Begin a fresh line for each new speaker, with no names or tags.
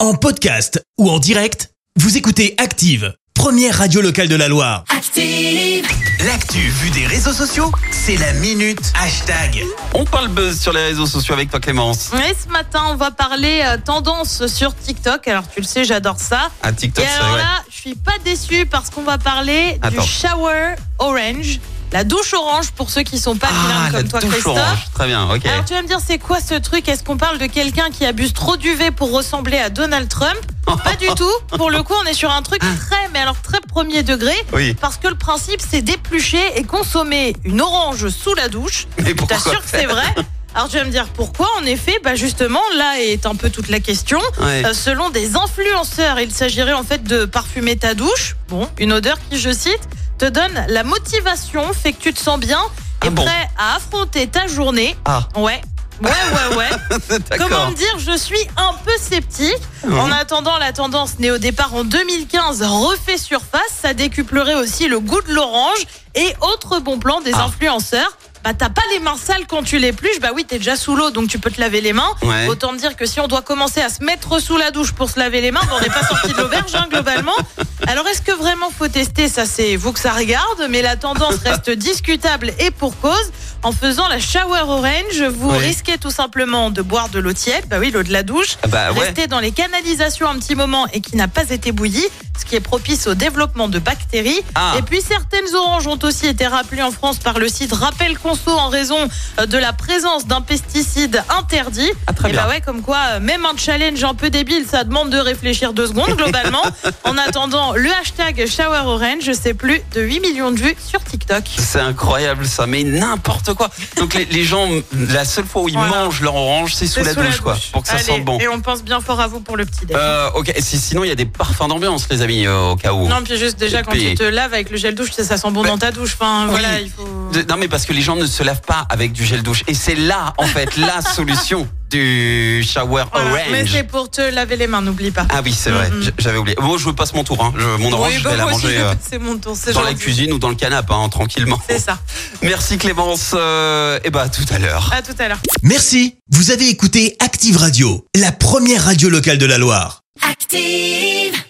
En podcast ou en direct, vous écoutez Active, première radio locale de la Loire.
Active,
L'actu vue des réseaux sociaux, c'est la minute hashtag.
On parle buzz sur les réseaux sociaux avec toi Clémence.
Et ce matin, on va parler euh, tendance sur TikTok. Alors, tu le sais, j'adore ça.
À
Et
TikTok, c'est
alors
vrai.
là, je suis pas déçue parce qu'on va parler
Attends.
du shower orange, la douche orange pour ceux qui sont pas
Ah,
bilingues
la
comme toi,
douche
Christophe.
orange. Très bien, ok.
Alors, tu vas me dire, c'est quoi ce truc Est-ce qu'on parle de quelqu'un qui abuse trop d'UV pour ressembler à Donald Trump Pas du tout. Pour le coup, on est sur un truc très, mais alors très premier degré.
Oui,
Parce que le principe, c'est d'éplucher et consommer une orange sous la douche.
mais pourquoi
T'assures que c'est vrai Alors tu vas me dire pourquoi En effet, bah justement, là est un peu toute la question.
Ouais.
Euh, selon des influenceurs, il s'agirait en fait de parfumer ta douche. Bon, une odeur qui, je cite, te donne la motivation, fait que tu te sens bien et
Ah bon
prêt à affronter ta journée.
Ah,
Ouais. Ouais, ouais, ouais. Comment
d'accord.
me dire, je suis un peu sceptique. En attendant, la tendance née au départ en 2015 refait surface. Ça décuplerait aussi le goût de l'orange et autres bons plans des
Ah.
influenceurs. Bah, t'as pas les mains sales quand tu l'épluches. Bah oui, t'es déjà sous l'eau, donc tu peux te laver les mains.
Ouais.
Autant me dire que si on doit commencer à se mettre sous la douche pour se laver les mains, bah, on n'est pas sorti de l'auberge, hein, globalement. Alors, est-ce que vraiment faut tester Ça, c'est vous que ça regarde, mais la tendance reste discutable et pour cause. En faisant la shower orange, vous
Ouais.
risquez tout simplement de boire de l'eau tiède, bah oui, l'eau de la douche,
Ah Bah ouais.
rester dans les canalisations un petit moment et qui n'a pas été bouillie, ce qui est propice au développement de bactéries.
Ah.
Et puis certaines oranges ont aussi été rappelées en France par le site Rappel Conso en raison euh, de la présence d'un pesticide interdit.
Ah, très
et
bien.
bah ouais, comme quoi, euh, même un challenge un peu débile, ça demande de réfléchir deux secondes globalement. en attendant, le hashtag Shower Orange, c'est plus de 8 millions de vues sur TikTok.
C'est incroyable ça, mais n'importe quoi. Donc les, les gens, la seule fois où ils
Voilà.
mangent leur orange, c'est sous, la,
C'est
douche, quoi, pour que ça
Allez,
sente bon.
Et on pense bien fort à vous pour le petit déj.
Euh, ok, si, sinon il y a des parfums d'ambiance, les amis, euh, au cas où.
Non, puis juste déjà quand
Et-
tu te laves avec le gel douche, ça, ça sent bon
Bah,
dans ta douche. Enfin,
oui.
voilà, il faut.
De- Non mais parce que les gens ne se lavent pas avec du gel douche et c'est là en fait la solution du shower
Voilà.
orange.
Mais c'est pour te laver les mains, n'oublie pas.
Ah oui c'est vrai,
Mm, mm.
J- j'avais oublié. Moi je passe mon tour, hein. Je- mon orange
Oui,
je
bah,
vais la
moi aussi,
manger
je-
euh,
c'est mon tour, c'est
dans la
gentil.
cuisine ou dans le canapé hein, tranquillement.
C'est ça.
Merci Clémence et bah tout à l'heure.
À tout à l'heure.
Merci, vous avez écouté Active Radio, la première radio locale de la Loire.
active.